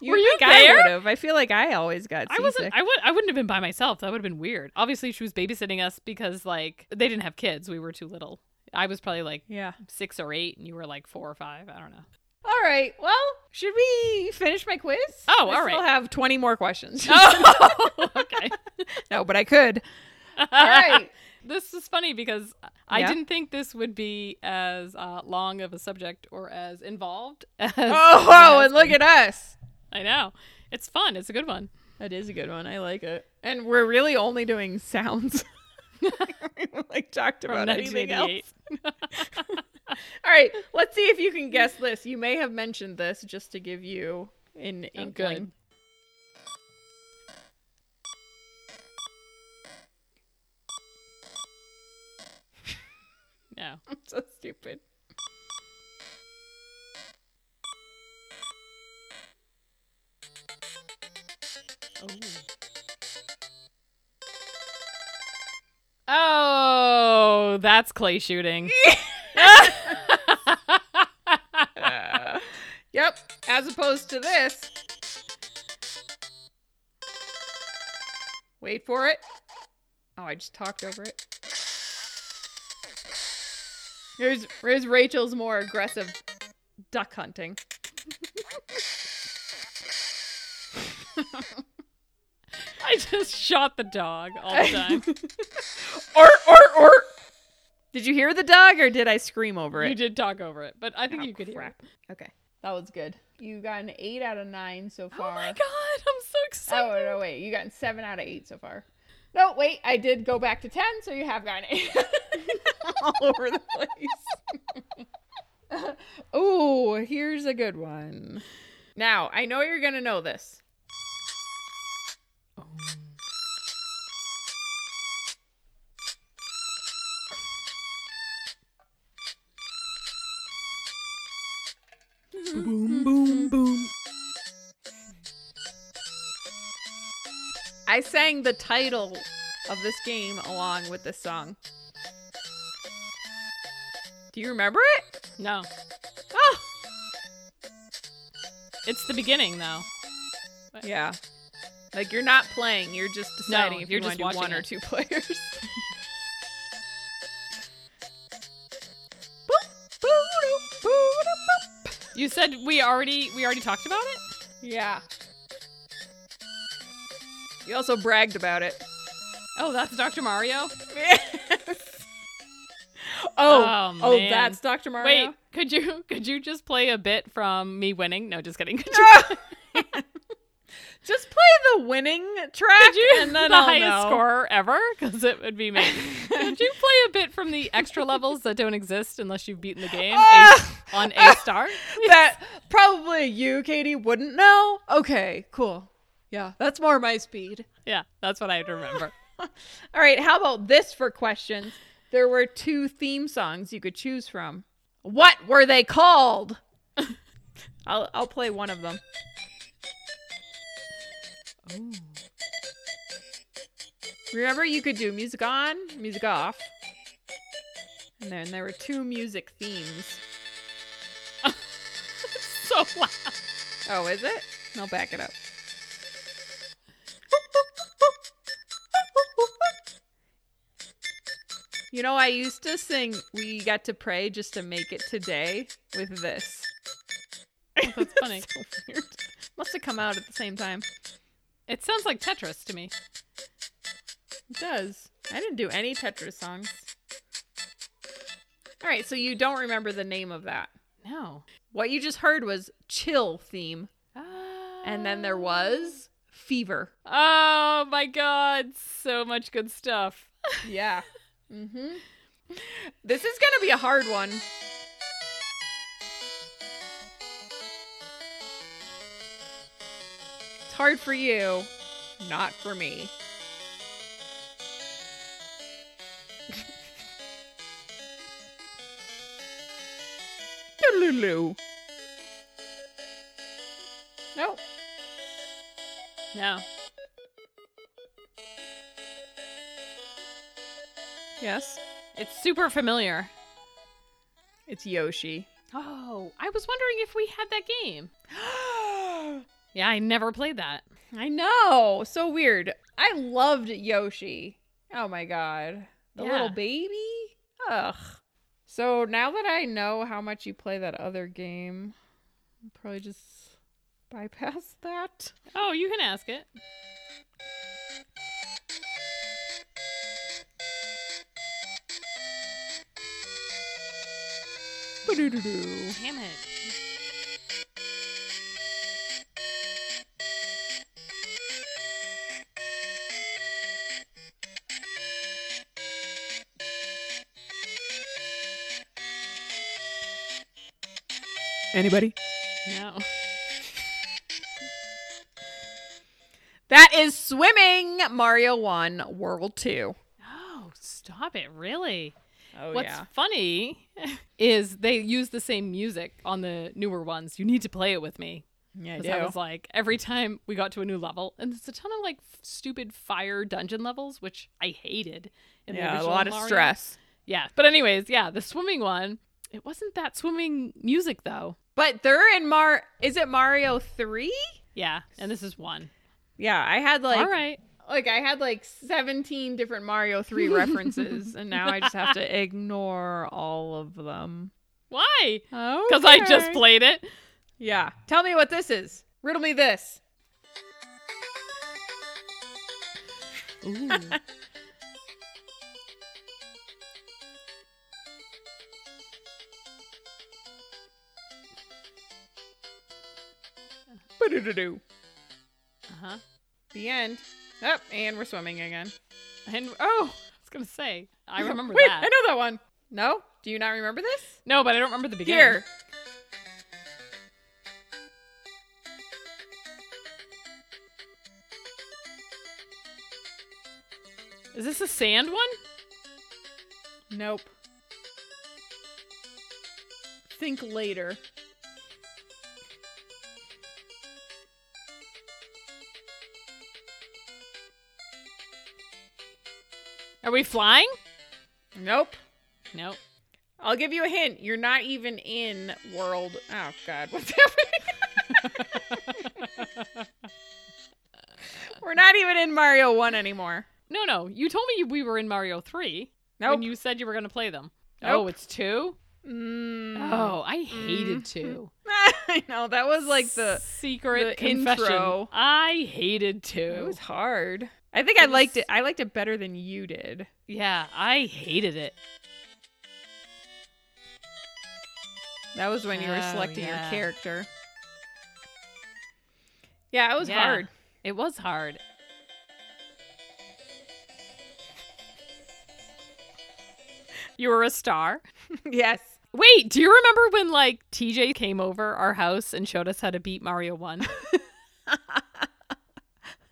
S3: You
S2: Were you
S3: think I
S2: there?
S3: would've. I feel like I always got seasick.
S2: I wasn't I would I wouldn't have been by myself. That would have been weird. Obviously she was babysitting us because like they didn't have kids. We were too little. I was probably like
S3: yeah.
S2: six or eight and you were like four or five. I don't know.
S3: All right. Well, should we finish my quiz?
S2: Oh,
S3: I
S2: all
S3: still
S2: right.
S3: have 20 more questions.
S2: Oh okay.
S3: no, but I could. All right.
S2: This is funny because I
S3: Yeah.
S2: didn't think this would be as uh, long of a subject or as involved as
S3: Oh, wow, and look at us.
S2: I know. It's fun. It's a good one.
S3: That is a good one. I like it. And we're really only doing sounds. we haven't, like talked
S2: From
S3: about anything else.
S2: 1988.
S3: All right, let's see if you can guess this. You may have mentioned this just to give you an inkling.
S2: No.
S3: I'm so stupid.
S2: Oh, that's clay shooting.
S3: Uh, yep. As opposed to this. Wait for it. Oh, I just talked over it. Here's, here's Rachel's more aggressive duck hunting.
S2: I just shot the dog all the time.
S3: or, or, or. Did you hear the dog or did I scream over
S2: you
S3: it?
S2: did talk over it, but I think
S3: Oh,
S2: you could hear. it.
S3: crap. Okay. That was good. You got an 8 out of 9 so
S2: Oh
S3: far.
S2: my god, I'm so excited.
S3: Oh no, wait, you got seven out of eight so far. No, wait, I did go back to ten, so you have gotten eight. All over the place. Ooh, here's a good one. Now, I know you're gonna know this.
S2: Boom, boom, boom.
S3: I sang the title of this game along with this song. Do you remember it?
S2: No,
S3: Oh,
S2: it's the beginning though.
S3: yeah. Like you're not playing, you're just deciding if
S2: you're
S3: you want
S2: just
S3: to do one
S2: watching
S3: or
S2: it.
S3: two players.
S2: You said we already we already talked about it.
S3: Yeah. You also bragged about it.
S2: Oh, that's Dr. Mario.
S3: Oh,
S2: Oh,
S3: oh,
S2: man.
S3: that's Dr. Mario.
S2: Wait, could you could you just play a bit from me winning? No, just kidding. Could you,
S3: Just play the winning track
S2: could you-
S3: and then
S2: the
S3: I'll
S2: highest
S3: know.
S2: scorer ever? Because it would be me. could you play a bit from the extra levels that don't exist unless you've beaten the game A- on A star?
S3: that probably you, Katie, wouldn't know. Okay, cool. Yeah, that's more my speed.
S2: Yeah, that's what I would remember.
S3: All right, how about this for questions? There were two theme songs you could choose from. What were they called? I'll I'll play one of them. Oh. Remember you could do music on, music off. And then there were two music themes.
S2: so loud.
S3: Oh, is it? I'll back it up. You know, I used to sing We Got to Pray just to make it today with this.
S2: That's funny.
S3: So weird. Must have come out at the same time.
S2: It sounds like Tetris to me.
S3: It does. I didn't do any Tetris songs. All right, so you don't remember the name of that.
S2: No.
S3: What you just heard was chill theme.
S2: Ah.
S3: and then there was fever.
S2: Oh my god, so much good stuff.
S3: Yeah. mm-hmm. This is gonna be a hard one. It's hard for you, not for me. Lulu. No.
S2: No.
S3: Yes.
S2: It's super familiar.
S3: It's Yoshi.
S2: Oh, I was wondering if we had that game. Yeah, I never played that.
S3: I know. So weird. I loved Yoshi. Oh my god. The
S2: Yeah.
S3: little baby? Ugh. So now that I know how much you play that other game, I'll probably just bypass that.
S2: Oh, you can ask it.
S3: Ba-do-do-do.
S2: Damn it.
S3: Anybody?
S2: No.
S3: That is swimming Mario 1 World 2.
S2: Oh, stop it. Really?
S3: Oh
S2: What's funny is they use the same music on the newer ones. You need to play it with me.
S3: Yeah, I
S2: 'Cause I
S3: do.
S2: was like, every time we got to a new level, and it's a ton of like f- stupid fire dungeon levels, which I hated. In the
S3: yeah, a
S2: original
S3: lot of
S2: Mario.
S3: stress.
S2: Yeah. But, anyways, yeah, the swimming one, it wasn't that swimming music though.
S3: But they're in Mar is it Mario 3?
S2: Yeah. And this is one.
S3: Yeah, I had like
S2: All right.
S3: like I had like 17 different Mario 3 references and now I just have to ignore all of them.
S2: Why?
S3: Oh.
S2: Because I just played it.
S3: Yeah. Tell me what this is. Riddle me this.
S2: Ooh.
S3: Ba-do-do-do.
S2: uh-huh.
S3: The end. Oh, and we're swimming again.
S2: And oh, I was gonna say, I remember
S3: Wait,
S2: that.
S3: I know that one. No? Do you not remember this?
S2: No, but I don't remember the beginning.
S3: Here.
S2: Is this a sand one?
S3: Nope. Think later.
S2: Are we flying?
S3: Nope.
S2: No.
S3: I'll give you a hint. You're not even in world. Oh God, what's happening? We're not even in Mario One anymore.
S2: No, no. You told me we were in Mario 3
S3: Nope.
S2: when you said you were gonna play them.
S3: Nope.
S2: Oh, it's 2?
S3: Mm.
S2: Oh, I hated
S3: Mm.
S2: 2.
S3: I know that was like the.
S2: secret
S3: the
S2: confession.
S3: intro.
S2: I hated 2.
S3: It was hard. I think I
S2: It
S3: liked
S2: was-
S3: it. I liked it better than you did.
S2: Yeah, I hated it.
S3: That was when you were
S2: Oh,
S3: selecting
S2: yeah.
S3: your character. Yeah, it was
S2: Yeah.
S3: hard.
S2: It was hard. You were a star.
S3: yes.
S2: Wait, do you remember when like TJ came over our house and showed us how to beat Mario 1?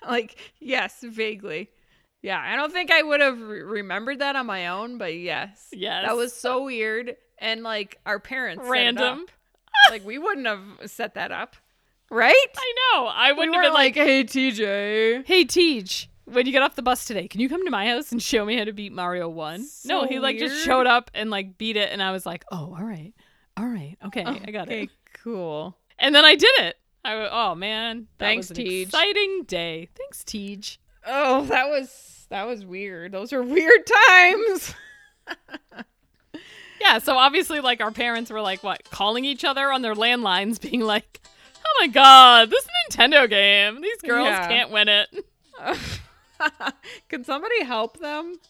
S3: Like yes, vaguely. Yeah, I don't think I would have re- remembered that on my own, but yes.
S2: yes.
S3: That was so weird. And like our parents set it
S2: random.
S3: up. like we wouldn't have set that up. Right?
S2: I know. I
S3: We
S2: wouldn't
S3: were
S2: have been like,
S3: like, hey TJ.
S2: "Hey Teach, when you get off the bus today, can you come to my house and show me how to beat Mario 1?" no,
S3: So
S2: he like just
S3: weird.
S2: showed up and like beat it and I was like, "Oh, all right. All right. Okay, I got
S3: Okay,
S2: it."
S3: cool.
S2: And then I did it. I w- oh man, that
S3: Thanks,
S2: was an
S3: Tej.
S2: exciting day. Thanks, Teach.
S3: Oh, that was that was weird. Those are weird times.
S2: Yeah, so obviously, like our parents were like, what, calling each other on their landlines, being like, "Oh my god, this Nintendo game. These girls
S3: Yeah.
S2: can't win it."
S3: Can somebody help them?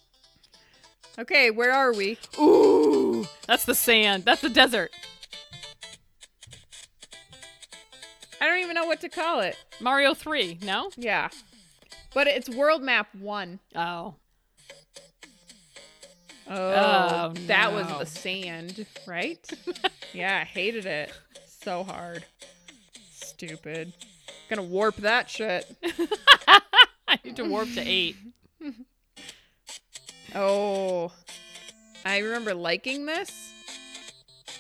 S3: Okay, where are we?
S2: Ooh, that's the sand. That's the desert.
S3: I don't even know what to call it.
S2: Mario 3, no?
S3: Yeah. But it's World Map 1.
S2: Oh.
S3: Oh,
S2: Oh,
S3: that was
S2: no.
S3: the sand, right? yeah, I hated it so hard. Stupid. Gonna warp that shit.
S2: I need to warp to 8.
S3: Oh. I remember liking this.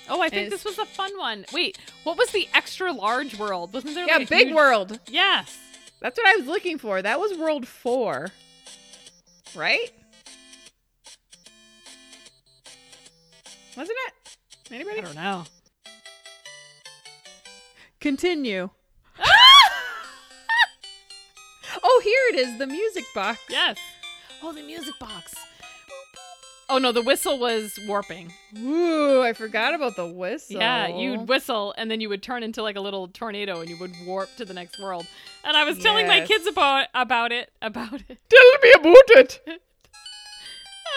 S2: Oh, I think
S3: It's-
S2: this was a fun one. Wait, what was the extra large world? Wasn't there
S3: Yeah,
S2: like a
S3: Big
S2: huge-
S3: World.
S2: Yes.
S3: That's what I was looking for. That was World 4. Right? Wasn't it?
S2: I
S3: Anybody?
S2: don't know.
S3: Continue. oh, here it is, the music box.
S2: Yes. Oh, the music box. Oh no, the whistle was warping.
S3: Ooh, I forgot about the whistle.
S2: Yeah, you'd whistle and then you would turn into like a little tornado and you would warp to the next world. And I was telling my
S3: Yes.
S2: kids about about it, about it.
S3: tell me about it.
S2: And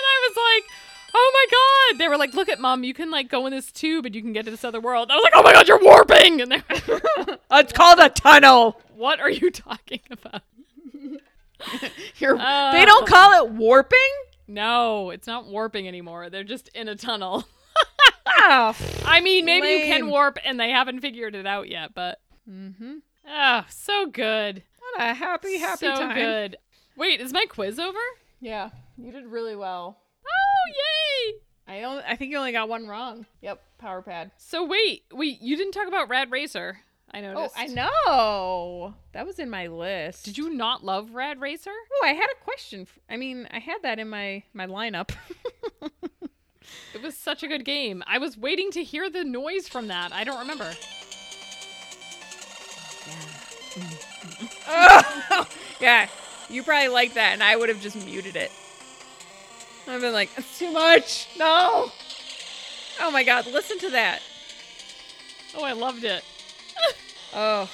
S2: I was like, "Oh my god!" They were like, "Look at mom, you can like go in this tube and you can get to this other world." I was like, "Oh my god, you're warping!" And they're,
S3: It's called a tunnel.
S2: "What are you talking about?"
S3: You're,
S2: Oh.
S3: they don't call it warping.
S2: No, it's not warping anymore. They're just in a tunnel.
S3: Oh.
S2: I mean, maybe you can
S3: Lame.
S2: warp, and they haven't figured it out yet. But
S3: Mm-hmm.
S2: oh, so good,
S3: What a happy, happy
S2: so
S3: time.
S2: good. Wait, is my quiz over?
S3: Yeah, you did really well.
S2: Oh yay!
S3: I don't. I think you only got one wrong. Yep, power pad.
S2: So wait, wait, you didn't talk about Rad Racer. I
S3: Oh,
S2: noticed.
S3: I know. That was in my list.
S2: Did you not love Rad Racer?
S3: Oh, I had a question. f- I mean, I had that in my my lineup.
S2: It was such a good game. I was waiting to hear the noise from that. I don't remember.
S3: yeah, you probably like that, and I would have just muted it. I've been like, it's too much. No. Oh my God, listen to that.
S2: Oh, I loved it.
S3: Oh.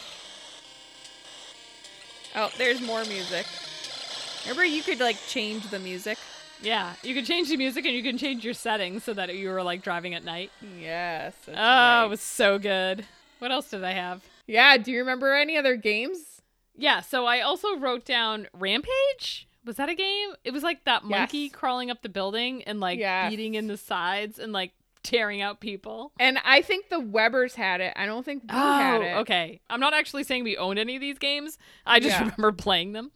S3: Oh, there's more music. Remember, you could like change the music.
S2: Yeah, you could change the music and you can change your settings so that you were like driving at night.
S3: Yes.
S2: Oh, it was so good. What else did I have?
S3: yeah. Do you remember any other games?
S2: Yeah, so I also wrote down Rampage. Was that a game? It was like that monkey
S3: Yes.
S2: crawling up the building and like
S3: Yes.
S2: beating in the sides and like tearing out people.
S3: And I think the Webbers had it. I don't think we had it.
S2: Oh, okay. I'm not actually saying we owned any of these games. I just
S3: Yeah.
S2: remember playing them.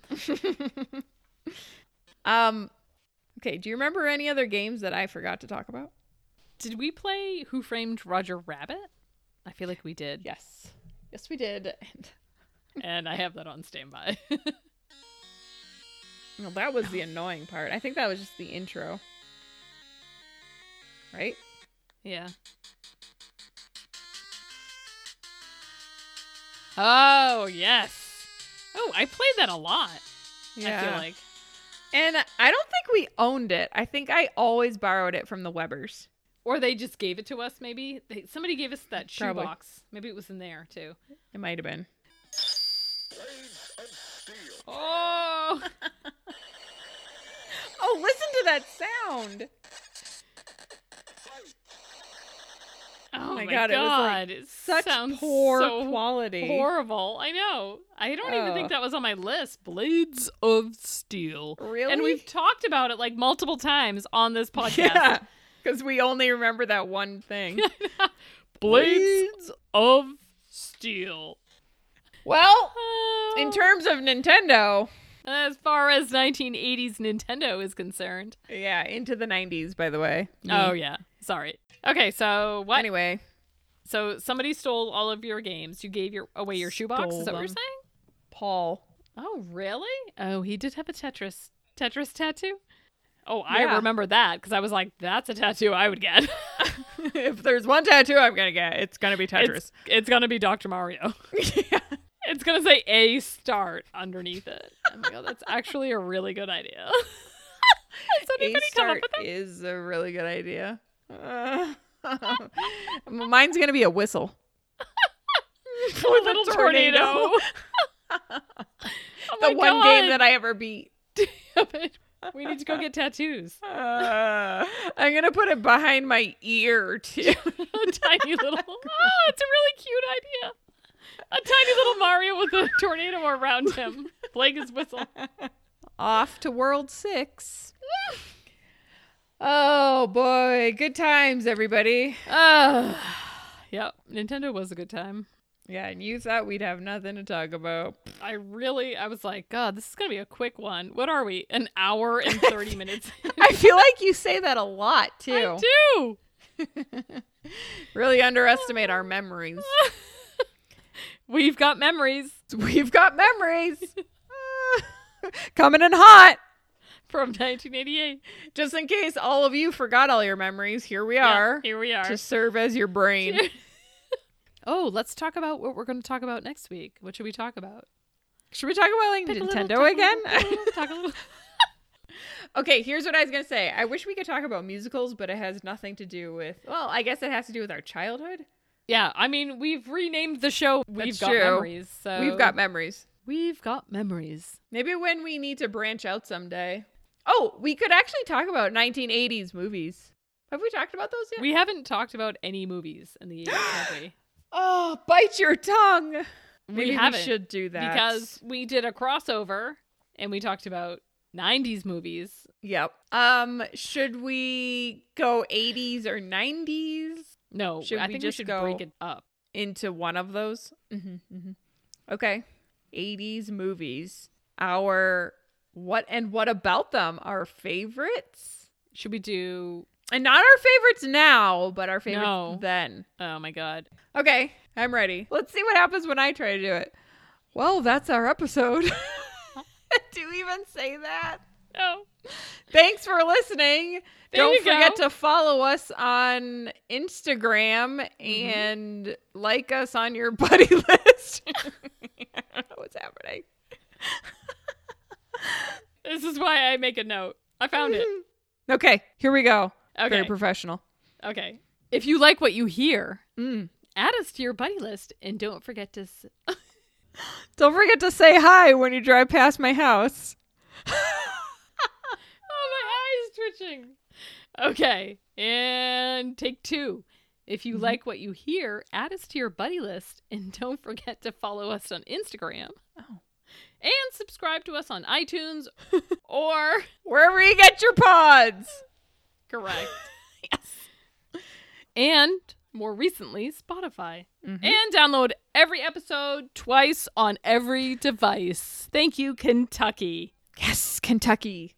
S3: um, okay. Do you remember any other games that I forgot to talk about?
S2: Did we play Who Framed Roger Rabbit? I feel like we did.
S3: Yes. Yes, we did. And,
S2: And I have that on standby.
S3: well, that was the annoying part. I think that was just the intro. Right?
S2: yeah. Oh, yes. Oh, I played that a lot, I feel like.
S3: And I don't think we owned it. I think I always borrowed it from the Webbers.
S2: Or they just gave it to us, maybe. They, somebody gave us that
S3: Probably.
S2: shoebox. Maybe it was in there, too.
S3: It might have been.
S2: Oh,
S3: Oh, listen to that sound.
S2: oh my
S3: my God,
S2: god.
S3: it was, like,
S2: It
S3: Such
S2: sounds
S3: poor
S2: so
S3: quality.
S2: horrible. I know. I don't even
S3: Ugh.
S2: think that was on my list. Blades of Steel.
S3: Really?
S2: And we've talked about it like multiple times on this podcast.
S3: Yeah. Because we only remember that one thing.
S2: Blades of Steel.
S3: well,
S2: Oh.
S3: in terms of Nintendo,
S2: as far as 1980s Nintendo is concerned.
S3: yeah, into the 90s, by the way.
S2: Oh yeah. Sorry. Okay, so what?
S3: Anyway,
S2: So somebody stole all of your games. You gave your away your shoebox. Is that what
S3: Stole
S2: you're
S3: them.
S2: saying?
S3: Paul.
S2: Oh really? Oh, he did have a Tetris Tetris tattoo. Oh, I
S3: Yeah.
S2: remember that because I was like, "That's a tattoo I would get."
S3: if there's one tattoo I'm going to get, it's going to be Tetris.
S2: It's, it's gonna be Dr. Mario.
S3: yeah.
S2: It's gonna say a start underneath it. I'm like, oh, that's actually a really good idea. Has anybody come up
S3: A-Start
S2: with that?
S3: is a really good idea. Uh, mine's going to be a whistle. For
S2: A little tornado. oh my
S3: the one
S2: God.
S3: game that I ever beat.
S2: I- we need to go get tattoos.
S3: Uh, I'm going to put it behind my ear, too.
S2: a tiny little. Oh, it's a really cute idea. A tiny little Mario with a tornado around him, playing his whistle.
S1: Off to World Six.
S3: Oh boy, good times, everybody.
S2: Uh, yep, Nintendo was a good time.
S3: Yeah, and you thought we'd have nothing to talk about.
S2: I really, I was like, God, this is gonna be a quick one. What are we? An hour and thirty minutes?
S1: I feel like you say that a lot too.
S2: I do.
S3: Really underestimate our memories.
S2: We've got memories
S3: We've got memories.
S1: Coming in hot.
S2: from 1988.
S3: Just in case all of you forgot all your memories, here we
S2: Yeah,
S3: are
S2: here we are.
S3: to serve as your brain.
S2: oh, let's talk about what we're going to talk about next week. What should we talk about?
S1: Should we talk about like
S2: Pick a little,
S1: Nintendo
S2: talk a
S1: again?
S2: little, pick a little, talk a little.
S3: Okay, here's what I was gonna say. I wish we could talk about musicals, but it has nothing to do with. Well, I guess it has to do with our childhood.
S2: Yeah, I mean, we've renamed the show. We've
S3: That's
S2: got
S3: true.
S2: memories. So
S3: We've got memories.
S2: we've got memories.
S3: Maybe when we need to branch out someday. Oh, we could actually talk about 1980s movies. Have we talked about those yet?
S2: We haven't talked about any movies in the 80s, have we?
S3: oh, bite your tongue. Maybe
S2: haven't,
S3: should do that
S2: Because we did a crossover and we talked about 90s movies.
S3: yep. Um, should we go 80s or 90s
S2: No,
S3: Should
S2: I
S3: we
S2: think we
S3: just
S2: should
S3: go-
S2: break it up.
S3: into one of those? Mm-hmm, Okay, 80s movies. Our what and what about them? Our favorites.
S2: Should we do?
S3: And not our favorites now, but our favorites
S2: No.
S3: then.
S2: Oh my god!
S3: Okay, I'm ready. Let's see what happens when I try to do it. Well, that's our episode. do we even say that?
S2: No.
S3: Thanks for listening.
S2: There
S3: Don't
S2: you go.
S3: forget to follow us on Instagram and like us on your buddy list. I don't know what's happening.
S2: This is why I make a note. I found it.
S3: Okay, here we go.
S2: Okay.
S3: Very professional.
S2: Okay. If you like what you hear,
S3: Mm.
S2: add us to your buddy list and don't forget to. S-
S3: Don't forget to say hi when you drive past my house.
S2: oh, my eyes twitching. Okay. And take two. If you like what you hear, add us to your buddy list and don't forget to follow us on Instagram.
S3: Oh.
S2: And subscribe to us on iTunes or.
S3: Wherever you get your pods.
S2: Correct. yes. And more recently, Spotify. And download every episode twice on every device. Thank you, Kentucky.
S3: Yes, Kentucky.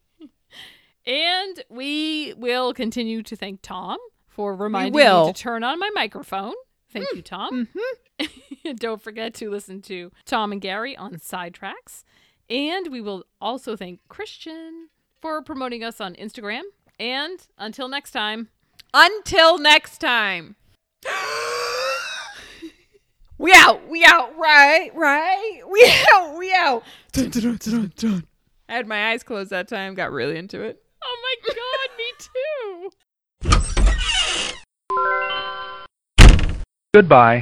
S2: And we will continue to thank Tom for reminding
S1: will.
S2: me to turn on my microphone. Thank
S3: Hmm.
S2: you, Tom.
S3: Mm-hmm.
S2: And Don't forget to listen to Tom and Gary on Sidetracks. And we will also thank Christian for promoting us on Instagram. And until next time.
S3: Until next time. we out. We out. Right. Right. We out. We out. Dun, dun, dun, dun, dun. I had my eyes closed that time. Got really into it.
S2: Oh my god, me too.
S4: Goodbye.